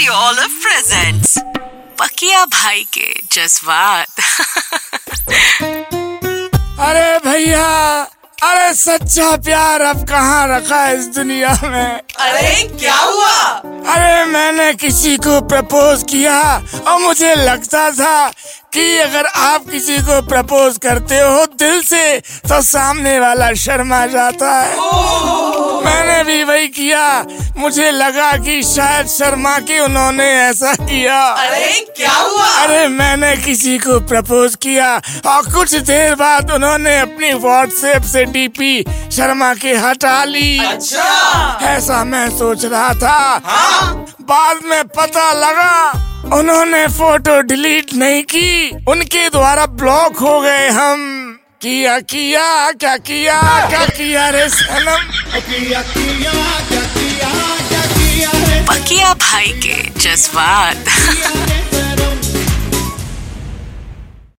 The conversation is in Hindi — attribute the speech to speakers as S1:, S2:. S1: you all a present. Pakiya भाई के जज्बात
S2: अरे भैया अरे सच्चा प्यार अब कहाँ रखा है इस दुनिया में
S3: अरे क्या हुआ
S2: अरे मैंने किसी को प्रपोज किया और मुझे लगता था कि अगर आप किसी को प्रपोज करते हो दिल से तो सामने वाला शर्मा जाता है मैंने भी वही किया मुझे लगा कि शायद शर्मा के उन्होंने ऐसा किया
S3: अरे क्या हुआ
S2: अरे मैंने किसी को प्रपोज किया और कुछ देर बाद उन्होंने अपनी व्हाट्सएप से डीपी शर्मा के हटा ली
S3: अच्छा
S2: ऐसा मैं सोच रहा था बाद में पता लगा उन्होंने फोटो डिलीट नहीं की उनके द्वारा ब्लॉक हो गए हम किया किया क्या किया क्या किया रे सनम
S1: पकिया भाई के जज्बात